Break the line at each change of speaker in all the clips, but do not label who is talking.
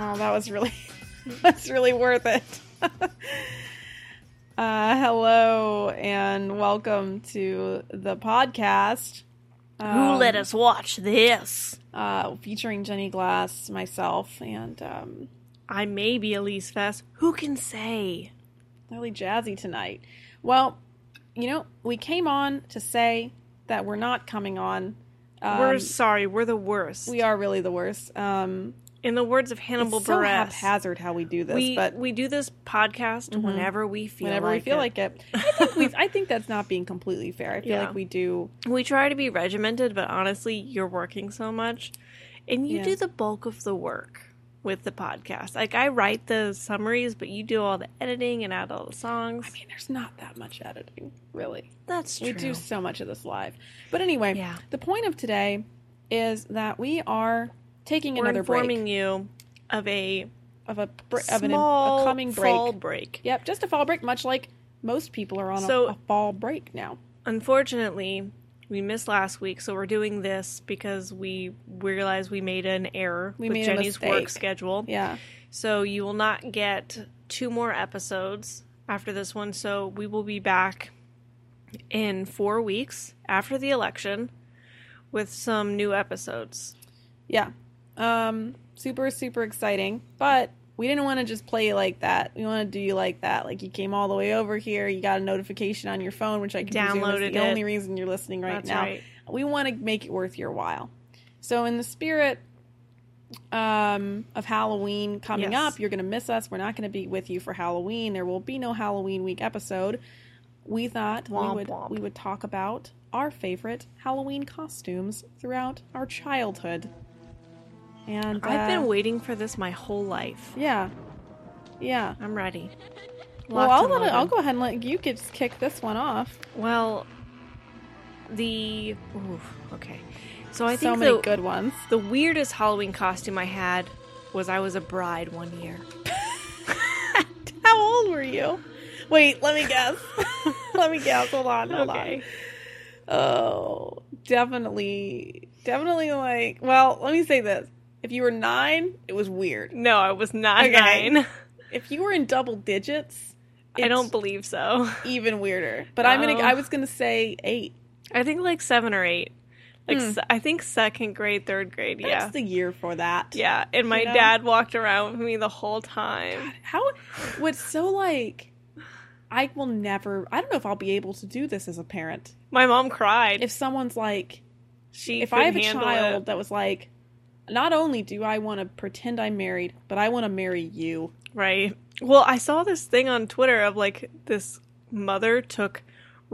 Oh, that was really that's really worth it. uh, hello and welcome to the podcast.
Who let
Um,
us watch this?
Uh, featuring Jenny Glass, myself, and um,
I may be Elise Fest. Who can say?
really jazzy tonight. Well, you know, we came on to say that we're not coming on. Um,
we're sorry. We're the worst.
we are really the worst. Um,
In the words of Hannibal
it's so
Buress,
haphazard how we do this,
we
but Mm-hmm.
we do this podcast whenever we feel
whenever
like
we feel
it.
like it, I think we. I think that's not being completely fair. I feel
Yeah.
like we do.
we try to be regimented, but honestly, you're working so much, and you
Yeah.
do the bulk of the work with the podcast. Like I write the summaries, but you do all the editing and add all the songs.
I mean, there's not that much editing, really.
That's true.
We do so much of this live. But anyway,
Yeah.
the point of today is that we are taking
We're
another
informing
break
you of a
of a br- of an,
small
a coming break.
fall break.
Yep, just a fall break, much like most people are on
So-
a, a fall break now.
Unfortunately, we missed last week, so we're doing this because we realized we made an error
We
with
made a
Jenny's work
mistake.
schedule.
Yeah,
So you will not get two more episodes after this one. So we will be back in four weeks after the election with some new episodes.
yeah. Um, super, super exciting. But we didn't want to just play you like that. We want to do you like that. Like you came all the way over here. You got a notification on your phone, which I can presume is
Downloaded
the
it.
only reason you're listening right
That's
now.
right.
we want to make it worth your while. So, in the spirit um, of Halloween coming
Yes.
up, you're going to miss us. We're not going to be with you for Halloween. There will be no Halloween week episode. We thought we
Womp
would
womp.
we would talk about our favorite Halloween costumes throughout our childhood. And
I've
uh,
been waiting for this my whole life.
yeah, yeah.
I'm ready.
Well,
Locked
I'll,
and
let it,
loaded.
I'll go ahead and let you just kick this one off.
Well, the ooh, okay. So I
so
think
many
the,
good ones.
the weirdest Halloween costume I had was I was a bride one year.
How old were you? Wait, let me guess. let me guess. Hold on. Hold
Okay.
on. Oh, definitely. Definitely like, well, let me say this. If you were nine, it was weird.
No, I was not
Okay.
nine.
If you were in double digits, it's
I don't believe so.
even weirder. But I'm
Oh.
gonna. I was gonna say eight.
I think like seven or eight. Like
Hmm.
se- I think second grade, third grade.
That's
yeah,
the year for that.
yeah. And my
you know?
dad walked around with me the whole time.
How? What's so like? I will never. I don't know if I'll be able to do this as a parent.
My mom cried.
If someone's like,
she
if I have
couldn't
a
handle
child
it.
that was like, not only do I want to pretend I'm married, but I want to marry you.
right? Well, I saw this thing on Twitter of like this mother took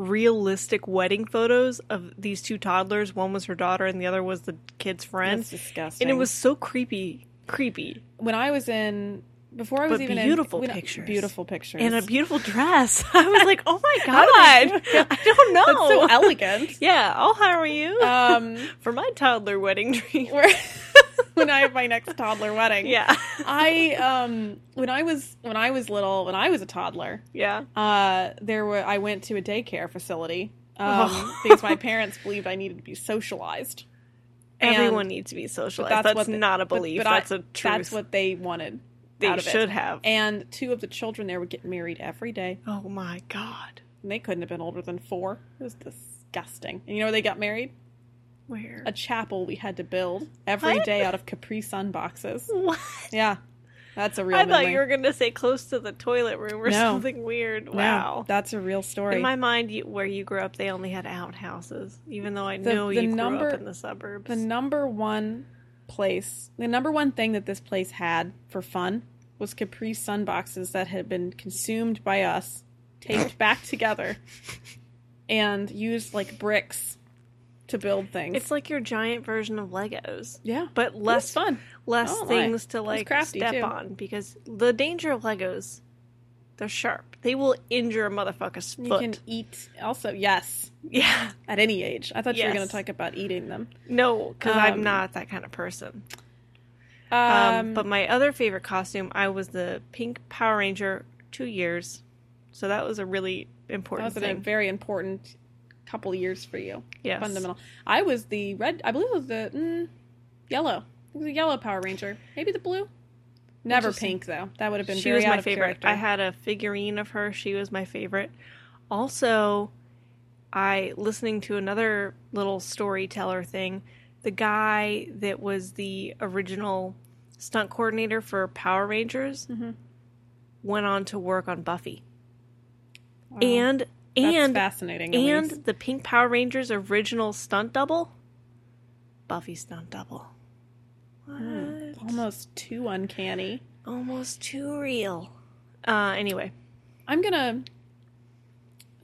realistic wedding photos of these two toddlers. One was her daughter, and the other was the kid's friend.
That's disgusting.
and it was so creepy, creepy,
when I was in before I was
But
even
beautiful
in, when-
pictures.
beautiful pictures,
and a beautiful dress. I was like, oh my
How did
god,
they do it?
I don't know.
That's so elegant.
Yeah, I'll hire you
um,
for my toddler wedding dream.
where- when I have my next toddler wedding,
Yeah,
I um when I was when I was little when I was a toddler,
yeah.
uh there were I went to a daycare facility um,
Oh.
because my parents believed I needed to be socialized. And-
Everyone needs to be socialized.
But
that's
what they-
not a
but-
belief.
but I-
that's a truth.
That's what they wanted.
they
out of it.
should have.
And two of the children there would get married every day.
oh my god,
And they couldn't have been older than four. It was disgusting. And you know where they got married?
where?
A chapel we had to build every day
What?
out of Capri Sun boxes.
what?
Yeah. That's a real
I thought
memory.
you were gonna say close to the toilet room or
No.
something weird.
No,
Wow.
that's a real story.
in my mind, you, where you grew up, they only had outhouses. Even though I
The-
know
the
you
number-
grew up in the suburbs.
the number one place, the number one thing that this place had for fun was Capri Sun boxes that had been consumed by us, taped back together, and used like bricks to build things.
it's like your giant version of Legos,
yeah,
but
It was
less
fun.
less
Oh, my.
things to
That's
like
crafty,
step
too.
on because the danger of Legos, they're sharp. They will injure a motherfucker's
You
foot.
can eat also, yes,
Yeah,
at any age. I thought you were going
Yes.
to talk about eating them.
no, because
Um,
I'm not that kind of person. Um, but my other favorite costume, I was the pink Power Ranger two years, so that was a really
that
important
was a
thing.
very important couple years for you.
Yes.
Fundamental. I was the red. I believe it was the mm, yellow. It was a yellow Power Ranger. Maybe the blue. Never
Interesting.
pink though. That would have been
she
very
was
out
my
of
favorite.
character.
I had a figurine of her. She was my favorite. Also, I listening to another little storyteller thing. The guy that was the original stunt coordinator for Power Rangers
Mhm.
went on to work on Buffy,
Wow.
and
That's
and
fascinating.
and
Elise.
the Pink Power Rangers original stunt double, Buffy stunt double. What?
Mm, almost too uncanny.
Almost too real. Uh, anyway,
I'm gonna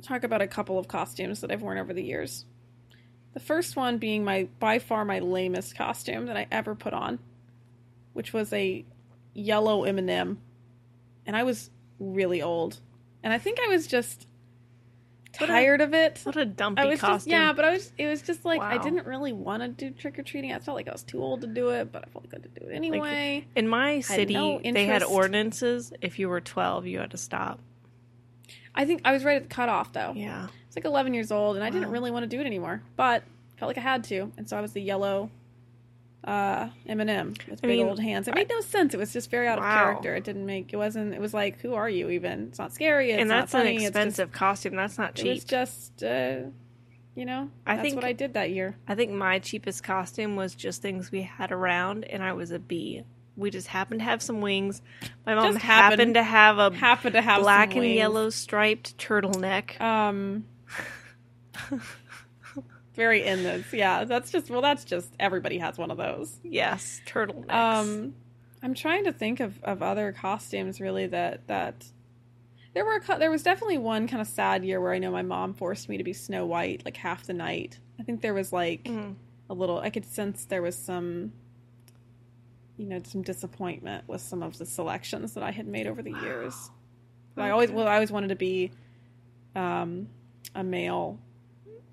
talk about a couple of costumes that I've worn over the years. The first one being my by far my lamest costume that I ever put on, which was a yellow M&M, and I was really old, and I think I was just
What a-
tired of it.
what a dumpy
I was
costume.
just yeah, but I was it was just like I
Wow.
didn't really want to do trick or treating. I felt like I was too old to do it, but I felt good to do it anyway.
In my city,
no
they had
interest.
ordinances. If you were 12, you had to stop.
I think I was right at the cutoff though.
Yeah.
was like 11 years old and I didn't
Wow.
really want to do it anymore, but felt like I had to, and so I was the yellow uh M&M with
I
big
mean,
old hands. It made no sense. It was just very out of
Wow.
character. It didn't make it wasn't it was like who are you even? It's not scary. It's
and
not
that's
funny.
an
it's just-
expensive costume. That's not
It was
cheap.
just uh you know,
I
that's
think-
what I did that year.
I think my cheapest costume was just things we had around, and I was a bee. We just happened to have some wings. My mom
Just happened-
happened, to have a
Happened to have
black
some
and
wings.
yellow striped turtleneck.
Um very in this. Yeah, that's just well that's just everybody has one of those.
yes, turtlenecks.
Um, I'm trying to think of, of other costumes really that that there were a, cou- there was definitely one kind of sad year where I know my mom forced me to be Snow White like half the night. I think there was like
Mm.
a little I could sense there was some you know some disappointment with some of the selections that I had made over the years. But I always
Okay.
well I always wanted to be um a male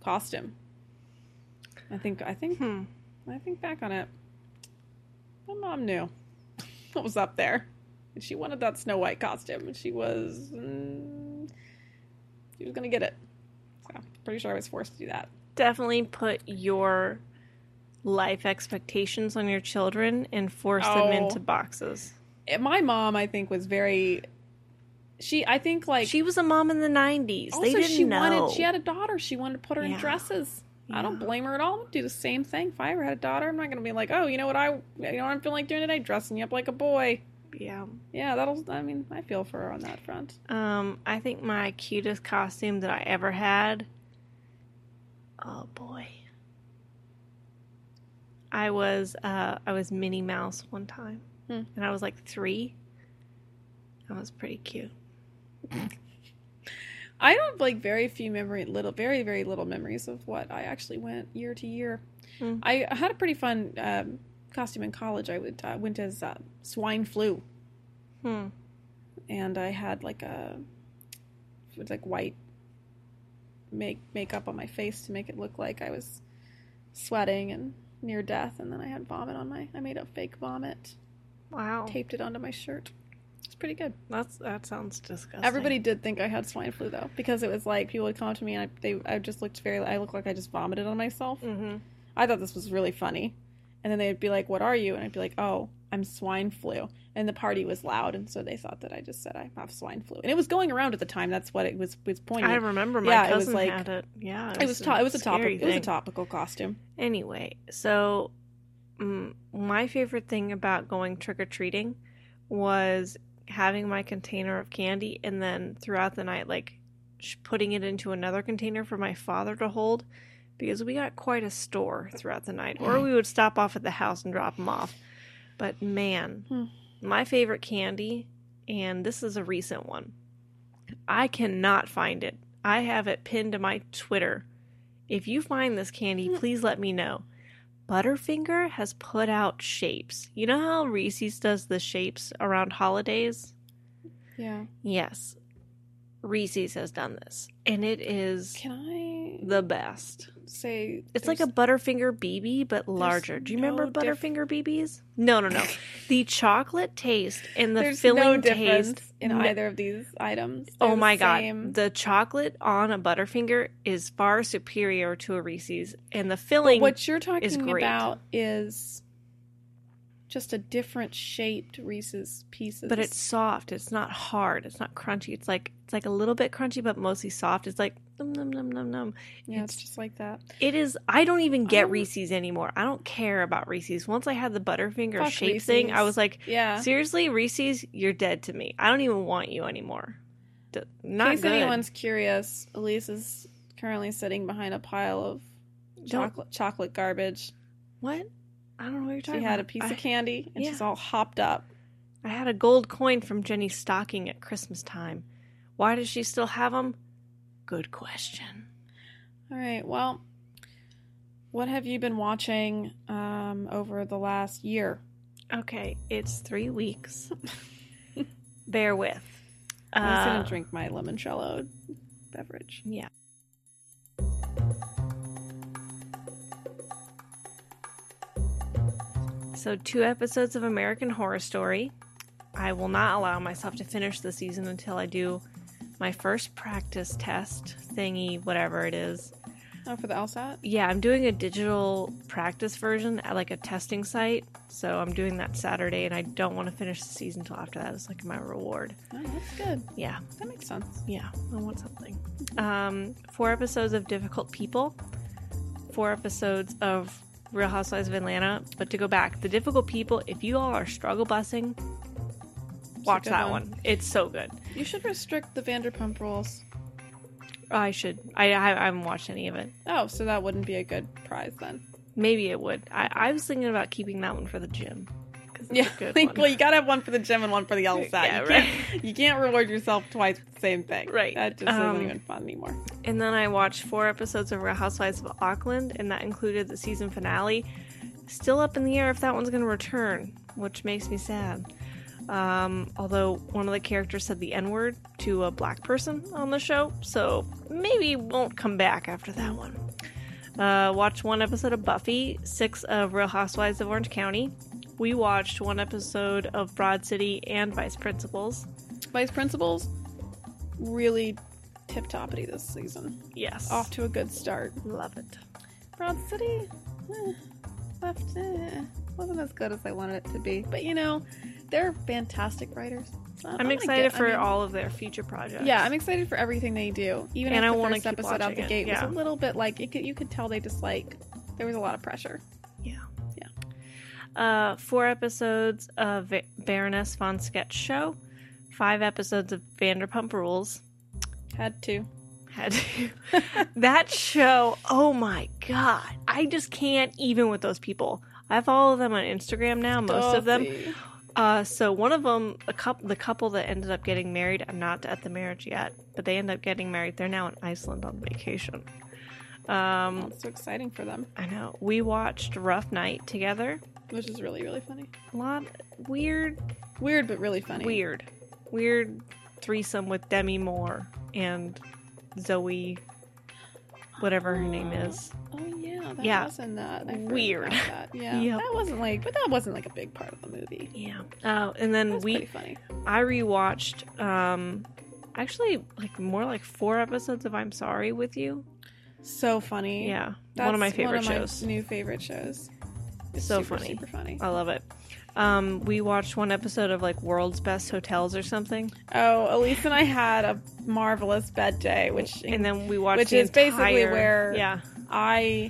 costume. I think I think
Hmm.
when I think back on it, my mom knew what was up there. And she wanted that Snow White costume, and she was. Mm, she was gonna get it. So, pretty sure I was forced to do that.
Definitely put your life expectations on your children and force
Oh.
them into boxes.
And Eh, my mom, I think, was very. She, I think, like.
she was a mom in the 90s.
also,
they didn't
she
know.
wanted. She had a daughter. She wanted to put her in
Yeah.
dresses. I don't
Yeah.
blame her at all. I would do the same thing. If I ever had a daughter, I'm not gonna be like, oh, you know what I, you know what I'm feeling like doing today, dressing you up like a boy.
yeah.
Yeah, that'll. I mean, I feel for her on that front.
Um, I think my cutest costume that I ever had. Oh boy. I was uh I was Minnie Mouse one time.
Hmm.
And I was like 3. That was pretty cute.
I have like very few memory, little, very very little memories of what I actually went year to year.
Mm.
I I had a pretty fun um, costume in college. I would, uh, went as uh, swine flu,
Hmm.
and I had like a it was like white make makeup on my face to make it look like I was sweating and near death. And then I had vomit on my. I made a fake vomit,
Wow.
taped it onto my shirt. It's pretty good.
That's that sounds disgusting.
Everybody did think I had swine flu though, because it was like people would come up to me and I, they, I just looked very, I looked like I just vomited on myself.
Mhm.
I thought this was really funny, and then they'd be like, "What are you?" And I'd be like, "Oh, I'm swine flu." And the party was loud, and so they thought that I just said I have swine flu, and it was going around at the time. That's what it was was pointing.
I remember my
Yeah, it was
cousin
like-
had it. Yeah.
it was to- it was a topic.
scary
It was a
thing.
topical costume.
Anyway, so mm, my favorite thing about going trick or treating was having my container of candy and then throughout the night, like sh- putting it into another container for my father to hold because we got quite a store throughout the night, or we would stop off at the house and drop them off. But man,
Hmm.
my favorite candy, and this is a recent one, I cannot find it. I have it pinned to my Twitter. If you find this candy, please let me know. Butterfinger has put out shapes. You know how Reese's does the shapes around holidays?
Yeah,
Yes. Reese's has done this, and it is
Can I
the best.
say
It's like a Butterfinger BB, but larger. Do you remember
no diff-
Butterfinger BBs? No, no, no. the chocolate taste and the
there's
filling
no difference
taste
in
No.
either of these items.
Oh
They're
my
the same.
god. The chocolate on a Butterfinger is far superior to a Reese's and the filling
what you're talking
great.
about is just a different shaped Reese's pieces.
but it's soft. It's not hard. It's not crunchy. It's like it's like a little bit crunchy but mostly soft. It's like num num num num num.
yeah, it's,
it's-
just like that.
It is I don't even get
Um,
Reese's anymore. I don't care about Reese's. Once I had the Butterfinger
Fuck
shape thing, I
Reese's.
was like,
Yeah.
seriously, Reese's, you're dead to me. I don't even want you anymore. D- not
In case
good.
anyone's curious, Elise is currently sitting behind a pile of
Don't-
chocolate chocolate garbage.
What? I don't know what you're
She
talking
had a
about.
piece
I-
of candy and
yeah.
she's all hopped up.
I had a gold coin from Jenny's stocking at Christmas time. Why does she still have them? Good question.
All right. Well, what have you been watching um, over the last year?
Okay, it's three weeks. Bear with.
I'm just gonna
Uh,
drink my limoncello beverage.
Yeah. So, two episodes of American Horror Story. I will not allow myself to finish the season until I do my first practice test thingy, whatever it is.
Oh, for the LSAT.
Yeah, I'm doing a digital practice version at like a testing site. So, I'm doing that Saturday, and I don't want to finish the season until after that. It's like my reward.
Oh, that's good.
Yeah.
That makes sense.
Yeah, I want something. Um, four episodes of Difficult People, four episodes of Real Housewives of Atlanta. But to go back, the Difficult People, if you all are struggle busing, watch
good
that
one.
one. It's so good.
You should restrict the Vanderpump Rules.
I should. I, I, I haven't watched any of it.
Oh, so that wouldn't be a good prize then.
Maybe it would. I, I was thinking about keeping that one for the gym. 'cause it's a
Yeah.
good
like,
one.
well, you gotta have one for the gym and one for the LSAT.
Yeah,
you,
right.
can't, you can't reward yourself twice for the same thing.
Right.
That just
Um,
isn't even fun anymore.
And then I watched four episodes of Real Housewives of Auckland, and that included the season finale. Still up in the air if that one's going to return, which makes me sad. Um, although one of the characters said the N word to a black person on the show, so maybe it won't come back after that one. Uh, watched one episode of Buffy, six of Real Housewives of Orange County. We watched one episode of Broad City and Vice Principals.
Vice principals really tip toppity this season.
Yes.
Off to a good start.
Love it.
Broad City eh, left eh, wasn't as good as I wanted it to be, but you know, they're fantastic writers. So
I'm,
gonna
excited
give- I
for
mean,
all of their future projects.
Yeah, I'm excited for everything they do. Even
And
if
I
the
wanna
first
keep
episode out
watching
the
it,
gate
yeah.
was a little bit like it could, you could tell they just like there was a lot of pressure.
Yeah.
Yeah.
Uh, four episodes of Va- Baroness von Sketch Show, five episodes of Vanderpump Rules.
Had to.
Had that show, oh my god, I just can't even with those people. I follow them on Instagram now, most of them.
Dorothy.
Uh, so one of them, a couple, the couple that ended up getting married. I'm not at the marriage yet, but they end up getting married. They're now in Iceland on vacation. Um,
Oh, it's so exciting for them,
I know. We watched Rough Night together.
which is really really funny.
A lot weird,
Weird but really funny.
weird, weird threesome with Demi Moore and Zoe, whatever her name is.
Oh yeah, that
Yeah.
was in that. I forgot
Weird.
about That. Yeah,
Yep.
that wasn't like, but that wasn't like a big part of the movie.
Yeah. Oh, and
That
then
was pretty
we
funny.
I rewatched um actually like more like four episodes of I'm Sorry with You.
So funny.
Yeah. one of my
That's
favorite
one of
shows.
My new favorite shows. It's
So
super,
funny. Oh.
Super funny.
I love it. Um, we watched one episode of like World's Best Hotels or something,
Oh, Elise and I had a marvelous bed day, which
and then we watched
Which
the
is basically
entire-
where-
yeah,
I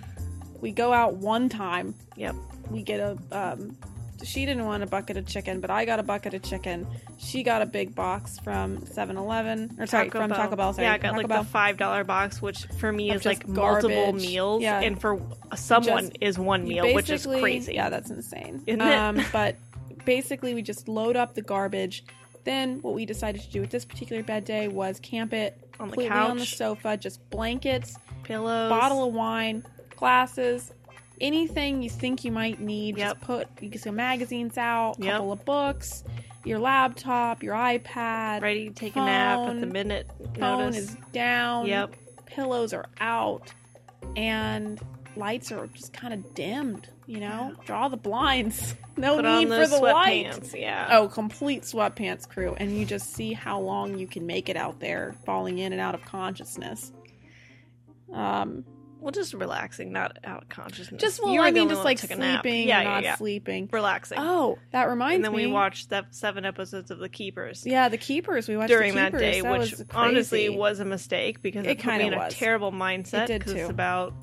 we go out one time.
yep,
We get a um, she didn't want a bucket of chicken, but I got a bucket of chicken. She got a big box from 7-Eleven or sorry from Taco Bell. Sorry,
yeah, I got
Taco
like
Bell.
the five dollar box, which for me
Of
is like
just
multiple
garbage.
meals,
Yeah.
and for someone
Just-
is one
You
meal, which is
basically-
crazy.
Yeah, that's insane.
Isn't it?
um, but basically, we just load up the garbage. Then what we decided to do with this particular bed day was camp it
On the
completely on the
couch.
sofa, just blankets,
pillows,
bottle of wine, glasses, anything you think you might need.
Yep.
Just put you can some magazines out, a
Yep.
couple of books. your laptop, your iPad,
Ready to take a nap at the
Phone.
minute
phone
notice.
is down.
Yep.
Pillows are out, and lights are just kind of dimmed. You know, draw the blinds. No
Put on
need for
those
the light.
sweatpants. Yeah.
Oh, complete sweatpants crew, and you just see how long you can make it out there, falling in and out of consciousness. Um,
Well, just relaxing, not out of consciousness.
just well,
You were
I
the
mean,
only
just
one
like
that took a
sleeping,
nap.
and not sleeping.
relaxing.
Oh, that reminds
and then
me.
we watched that seven episodes of The Keepers
yeah, the keepers. We watched
during
the
that
keepers.
day, which
was
honestly
crazy.
was a mistake because
It
it, put
kinda
me in
was.
a terrible mindset.
It did
'cause It's
too.
about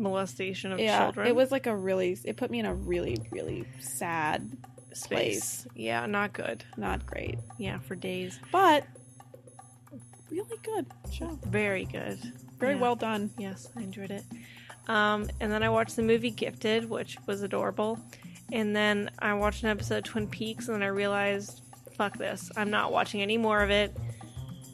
molestation of
yeah.
children.
It was like a really. It put me in a really, really sad,
space. Yeah, not good.
not great,
Yeah, for days.
but really good show.
Very good.
Very
Yeah.
well done.
Yes, I enjoyed it. Um, and then I watched the movie Gifted, which was adorable. And then I watched an episode of Twin Peaks, and then I realized, fuck this, I'm not watching any more of it.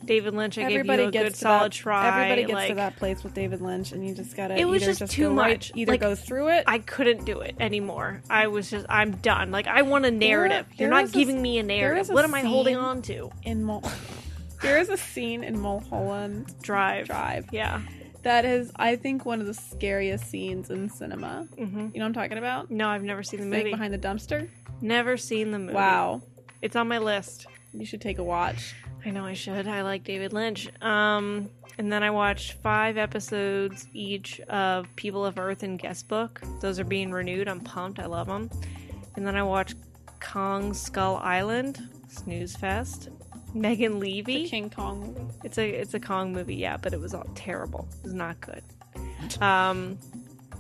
David Lynch, I
everybody
gave you a
gets
good
to
solid
that,
try.
Everybody gets
like,
to that place with David Lynch, and you just gotta.
It was
either
just too
go right-
much.
either
Like,
go through it.
I couldn't do it anymore. I was just, I'm done. Like, I want a narrative.
there
You're not
is a-
giving me a
is
narrative.
a
What am I holding
scene-
on to?
in Mul- there is a scene in Mulholland
Drive.
Drive
Yeah.
that is, I think, one of the scariest scenes in cinema.
hmm
You know what I'm talking about?
No, I've never seen the
Snake
movie.
behind the dumpster.
Never seen the movie.
Wow,
It's on my list.
you should take a watch.
I know I should. I like David Lynch. Um, and then I watched five episodes each of People of Earth and Guestbook. Those are being renewed. I'm pumped. I love them. And then I watched Kong Skull Island, Snooze Fest. Megan
The
Levy.
King Kong movie.
It's a it's a Kong movie, yeah, but it was all terrible. It was not good. Um,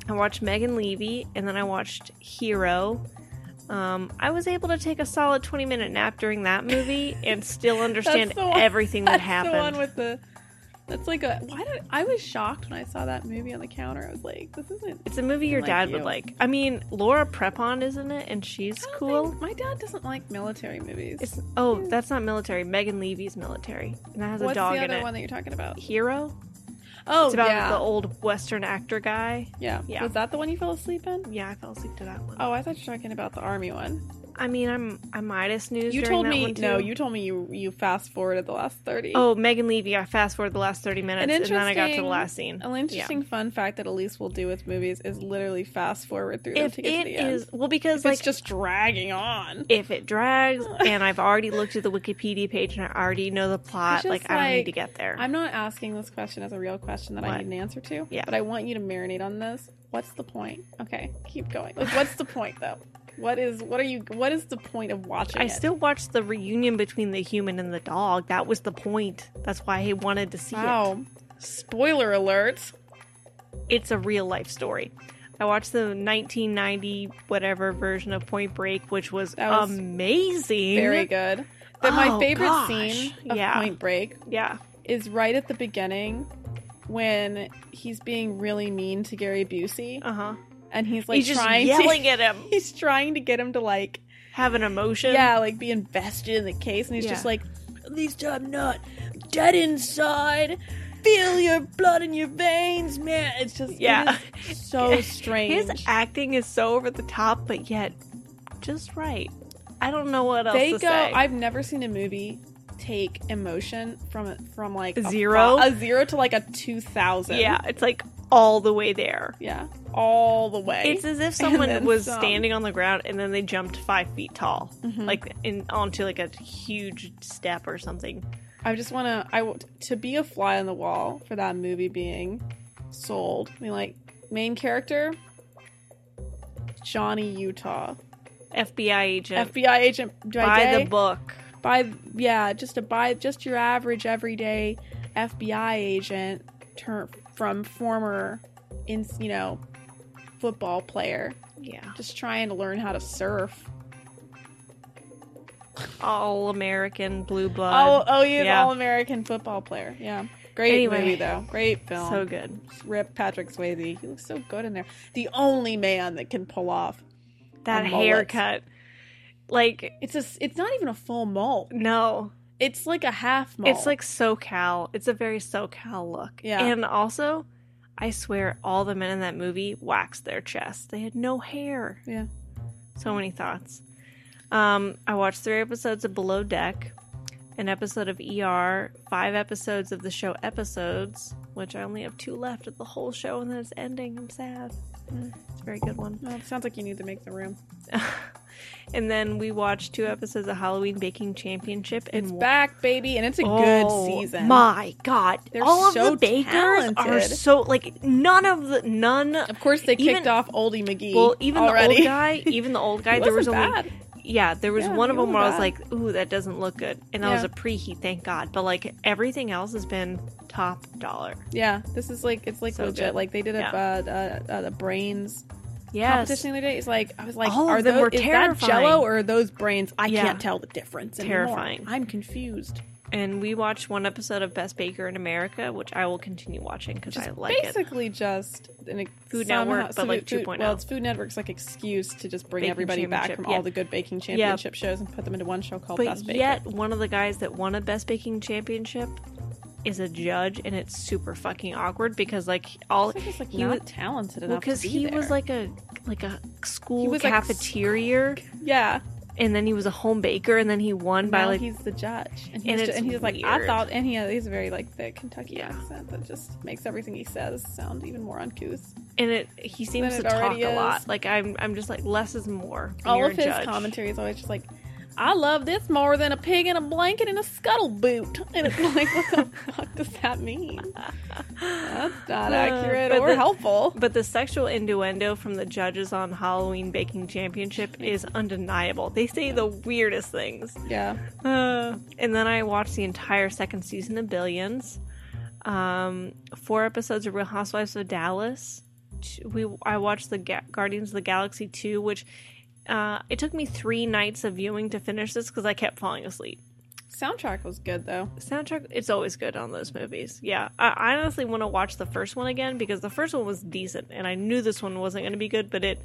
I watched Megan Levy, and then I watched Hero. Um, I was able to take a solid twenty minute nap during that movie and still understand
the one-
everything that
That's
happened.
the one with the. That's like a. Why did I was shocked when I saw that movie on the counter? I was like, this isn't.
it's a movie your
Like
dad
you. Oh,
would like. I mean, Laura Prepon is in it, and she's
I don't
cool.
think- my dad doesn't like military movies.
It's oh, that's not military. Megan Levy's military, and that has
What's
a dog
the
in
other
it.
one that you're talking about?
Hero.
Oh,
It's about
yeah.
the old Western actor guy.
yeah.
yeah.
Was that the one you fell asleep in?
Yeah, I fell asleep to that one.
Oh, I thought you were talking about the army one.
I mean, I'm I might have snoozed.
You
during
told
that
me
one, too.
no. You told me you you fast forwarded the last thirty.
Oh, Megan Levy. I fast forward the last thirty minutes,
An
and then I got to the
interesting-
last scene.
An interesting fun fact that Elise will do with movies is literally fast forward through
Yeah.
them
If
to
it
get
is
to the end.
well, because
It's
like
just dragging on.
if it drags, and I've already looked at the Wikipedia page, and I already know the plot.
just
Like, I don't
like-
need to get there.
I'm not asking this question as a real question that I
What?
need an answer to.
Yeah.
But I want you to marinate on this. What's the point? Okay, keep going. Like, what's the point though? What is what are you? What is the point of watching?
I
it?
still watched the reunion between the human and the dog. That was the point. That's why I wanted to see it.
wow. Spoiler alert.
it's a real life story. I watched the 1990 whatever version of Point Break, which was,
That was
amazing.
Very good. But my
Oh,
favorite
gosh.
scene of
Yeah.
Point Break
Yeah,
is right at the beginning when he's being really mean to Gary Busey
uh huh.
and he's like
He's just
trying
yelling
to
at him,
he's trying to get him to like
have an emotion.
yeah, like be invested in the case and he's just
Yeah.
like at least I'm not dead inside. Feel your blood in your veins, man. It's just it
Yeah.
is so strange.
His acting is so over the top, but yet just right. I don't know what else
they
to
go.
say.
I've never seen a movie take emotion from from like a
Zero?
fi- a zero to like a two thousand.
yeah, it's like all the way there.
yeah, all the way.
It's as if someone
then
was
some.
standing on the ground and then they jumped five feet tall,
Mhm.
like in onto like a huge step or something.
I just want to. I w- to be a fly on the wall for that movie being sold. I mean, like main character Johnny Utah,
FBI agent
FBI agent by,
by
day,
the book.
by yeah, just a by just your average everyday FBI agent turn from former, in you know, football player
Yeah,
just trying to learn how to surf.
all American blue
Oh,
blood.
oh, he's
yeah.
all American football player. Yeah, great
Anyway.
movie though. Great film.
so good.
Rip Patrick Swayze. He looks so good in there. The only man that can pull off.
That
A mullet.
haircut, like
It's a. It's not even a full mole.
no,
It's like a half mole.
It's like SoCal. It's a very SoCal look.
Yeah.
And also, I swear, all the men in that movie waxed their chest. They had no hair.
Yeah.
So many thoughts. Um, I watched three episodes of Below Deck, an episode of ER, five episodes of the show Episodes, which I only have two left of the whole show, and then it's ending. I'm sad. Mm, It's a very good one.
Well, it sounds like you need to make the room.
And then we watched two episodes of Halloween Baking Championship. And
It's
wa-
back, baby, and it's a
Oh,
good season.
My God,
They're
all of
so
the bakers are
talented.
so like none of the none.
Of course, they
Even-
kicked off Oldie McGee.
Well, even
already.
the old guy, even the old guy,
He
there was
wasn't
only
bad.
yeah, there was
Yeah,
one of
he
them
wasn't
where I was
bad.
like, ooh, that doesn't look good, and that was
Yeah.
a preheat, thank God. But like everything else has been top dollar.
Yeah, this is like it's like
So
legit.
good.
Like they did a
Yeah.
uh, uh, uh, the brains
Yes,
competition the other day. It's like I was like,
All of
are
them
those
were
is that
terrifying.
Jello or are those brains? I
Yeah.
can't tell the difference. anymore.
Terrifying.
I'm confused.
and we watched one episode of Best Baker in America, which I will continue watching because I like it.
Basically, just an ex-
Food
somehow-
Network, but,
so
like,
food,
2.0.
Well, it's Food Network's like excuse to just bring
Baking
everybody back
championship,
from
yeah.
all the good baking championship shows and put them into one show called
But
Best Baker.
yet, one of the guys that won a Best Baking Championship is a judge, and it's super fucking awkward because like all
It's like he's, like,
he was
not talented enough.
because
to be
he was
there.
like a like a school
was, like,
cafeteria,
yeah.
and then he was a home baker, and then he won by
now
like
he's the judge, and
And
he's, ju-
it's
and he's like I
weird.
thought, and he has he's a very like thick Kentucky
Yeah.
accent that just makes everything he says sound even more uncouth.
and it he seems to
it
talk
already
a lot.
is.
Like I'm I'm just like less is more. when
all
you're
of
a
his
judge.
commentary is always just like, I love this more than a pig in a blanket and a scuttle boot. And it's like, what the fuck does that mean? That's not
Uh,
accurate
but
or
the-
helpful.
But the sexual innuendo from the judges on Halloween Baking Championship is undeniable. They say the weirdest things.
Yeah.
Uh, and then I watched the entire second season of Billions, um, four episodes of Real Housewives of Dallas. Two- We I watched the Ga- Guardians of the Galaxy two, which uh, it took me three nights of viewing to finish this because I kept falling asleep.
Soundtrack was good, though.
Soundtrack, it's always good on those movies. Yeah, I, I honestly want to watch the first one again because the first one was decent, and I knew this one wasn't going to be good, but it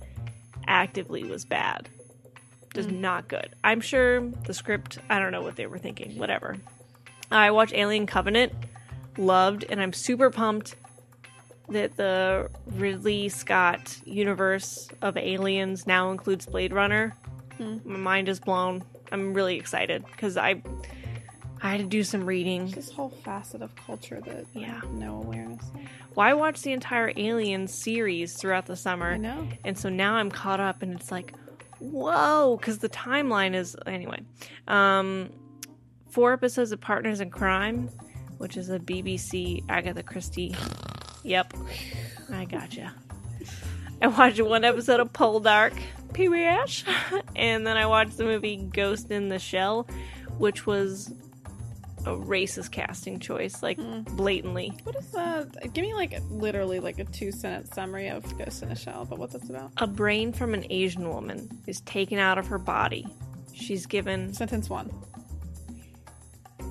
actively was bad. Just not good. I'm sure the script. I don't know what they were thinking. Whatever. I watched Alien Covenant, loved, and I'm super pumped that the Ridley Scott universe of aliens now includes Blade Runner. My mind is blown. I'm really excited because I I had to do some reading.
This whole facet of culture that I
Yeah.
have no awareness. of.
Why watch the entire Alien series throughout the summer?
I know.
And so now I'm caught up, and it's like, whoa, because the timeline is anyway. Um, four episodes of Partners in Crime, which is a BBC Agatha Christie. Yep, I gotcha. I watched one episode of Poldark, Pee Wee Ash, and then I watched the movie Ghost in the Shell, which was a racist casting choice, like blatantly.
What is that? Give me, like, literally, like a two sentence summary of Ghost in a Shell, but what that's about.
A brain from an Asian woman is taken out of her body. She's given
Sentence one.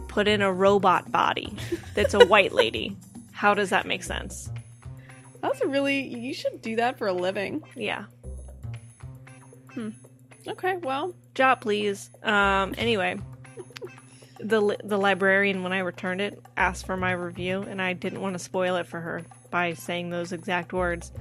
put in a robot body that's a white lady. How does that make sense?
That's a really, you should do that for a living.
Yeah.
Okay, well,
Job, please. Um, anyway, the li- the librarian when I returned it asked for my review, and I didn't want to spoil it for her by saying those exact words.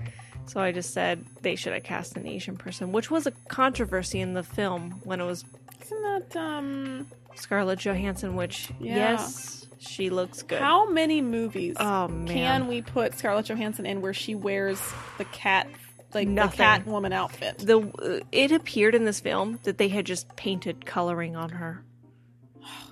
So I just said they should have cast an Asian person, which was a controversy in the film when it was
isn't that, um,
Scarlett Johansson. Which
Yeah.
yes, she looks good.
how many movies?
Oh man.
Can we put Scarlett Johansson in where she wears the cat, like
Nothing.
the cat woman outfit?
the uh, it appeared in this film that they had just painted coloring on her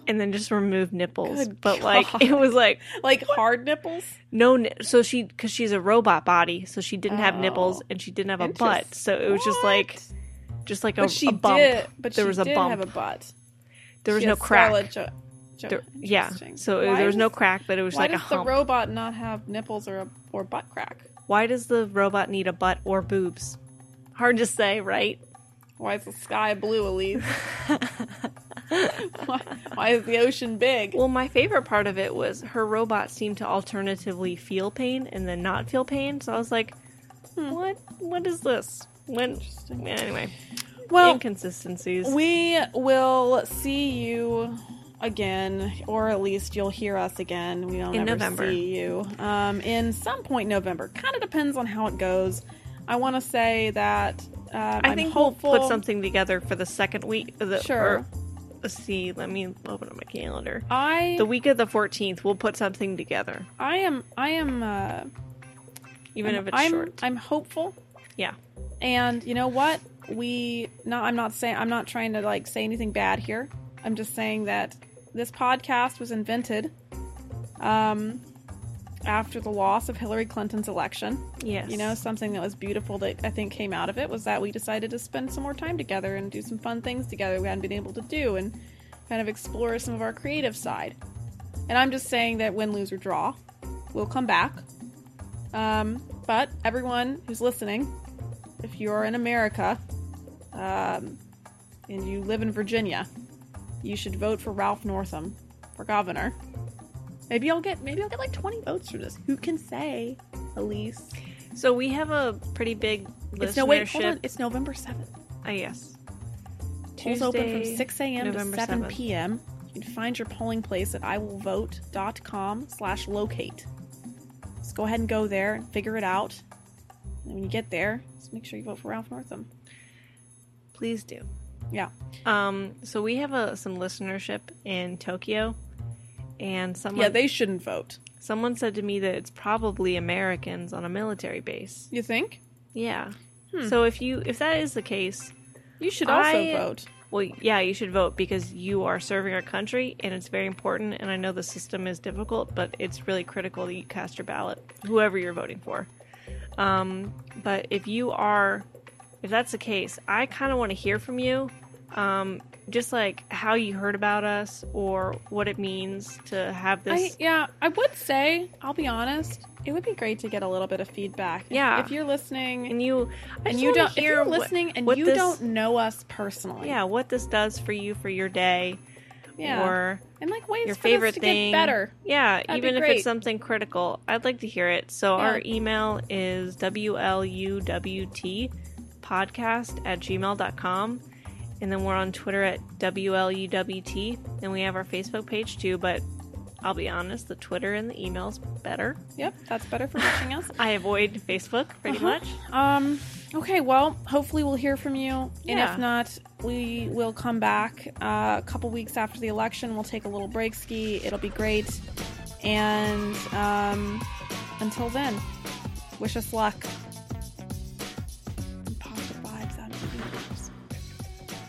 and then just removed nipples
Good
but like
God.
it was like
Like hard nipples?
no ni- so she because she's a robot body so she didn't have nipples
Oh.
and she didn't have a butt
Interest-
so it was just
What?
like just like a,
but she
a bump
did. But
there
she
was a
did
bump
have a butt.
there was
She
no
has
crack
Scarlett Jo- Jo-
There- yeah
Interesting.
so it-
Why
there was no
does-
crack but it was
Why
like a
does the
hump
robot not have nipples or a, or butt crack?
why does the robot need a butt or boobs hard to say right
Why is the sky blue, Elise? why, why is the ocean big?
Well, my favorite part of it was her robot seemed to alternatively feel pain and then not feel pain. So I was like, what? What is this? When?
Hmm. Interesting.
Anyway,
Well,
inconsistencies.
We will see you again, or at least you'll hear us again. We don't
In
ever
November.
see you um, in some point in November. Kind of depends on how it goes. I want to say that Um,
I
I'm
think
hopeful.
we'll put something together for the second week. The,
Sure.
or- let's see. Let me open up my calendar.
I
The week of the 14th, we'll put something together,
I am I am uh,
even
I'm,
if it's
I'm,
short.
I'm hopeful.
yeah.
And you know what? We no, I'm not saying I'm not trying to like say anything bad here. I'm just saying that this podcast was invented um, after the loss of Hillary Clinton's election.
Yes.
You know, something that was beautiful that I think came out of it was that we decided to spend some more time together and do some fun things together we hadn't been able to do and kind of explore some of our creative side. And I'm just saying that win, lose, or draw, we'll come back. Um, but everyone who's listening, if you're in America um, and you live in Virginia, you should vote for Ralph Northam for governor. Maybe I'll get maybe I'll get like 20 votes for this. Who can say, Elise?
So we have a pretty big listenership.
It's no wait, hold on. It's November seventh.
Ah, yes.
Polls open from
Tuesday,
six a.m.
November
to seven
7th.
p.m. You can find your polling place at iwillvote.com/locate. Just go ahead and go there and figure it out. And when you get there, just make sure you vote for Ralph Northam.
Please do.
Yeah.
Um, so we have a, some listenership in Tokyo, and someone
Yeah, they shouldn't vote.
someone said to me that it's probably Americans on a military base.
You think?
Yeah.
Hmm.
So if you if that is the case,
You should also
I-
vote.
well, yeah, you should vote because you are serving our country and it's very important. And I know the system is difficult, but it's really critical that you cast your ballot, whoever you're voting for. Um, but if you are, if that's the case, I kind of want to hear from you. Um, just like how you heard about us or what it means to have
I,
this.
yeah, I would say, I'll be honest, it would be great to get a little bit of feedback. If-
Yeah.
If, you're listening
and you, I
and
just
you
wanna
don't if
hear
you're
what-
listening and
what
you
this-
don't know us personally.
yeah, what this does for you for your day,
Yeah.
or
and like ways
your
for
favorite
this to
thing.
get better.
Yeah,
That'd be
even if
great.
it's something critical, I'd like to hear it. So
Yeah.
our email is WLUWT podcast at gmail.com. And then we're on Twitter at WLUWT. And we have our Facebook page too, but I'll be honest, the Twitter and the email's better.
Yep, that's better for reaching us.
I avoid Facebook pretty
Uh-huh.
much.
Um, okay, well, hopefully we'll hear from you. And
Yeah.
if not, we will come back uh, a couple weeks after the election. We'll take a little break ski. It'll be great. And um, until then, wish us luck. And positive vibes out of the universe.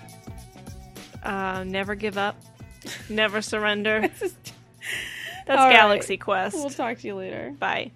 Uh, never give up, never surrender.
This is-
That's
All right.
Galaxy Quest.
We'll talk to you later.
Bye.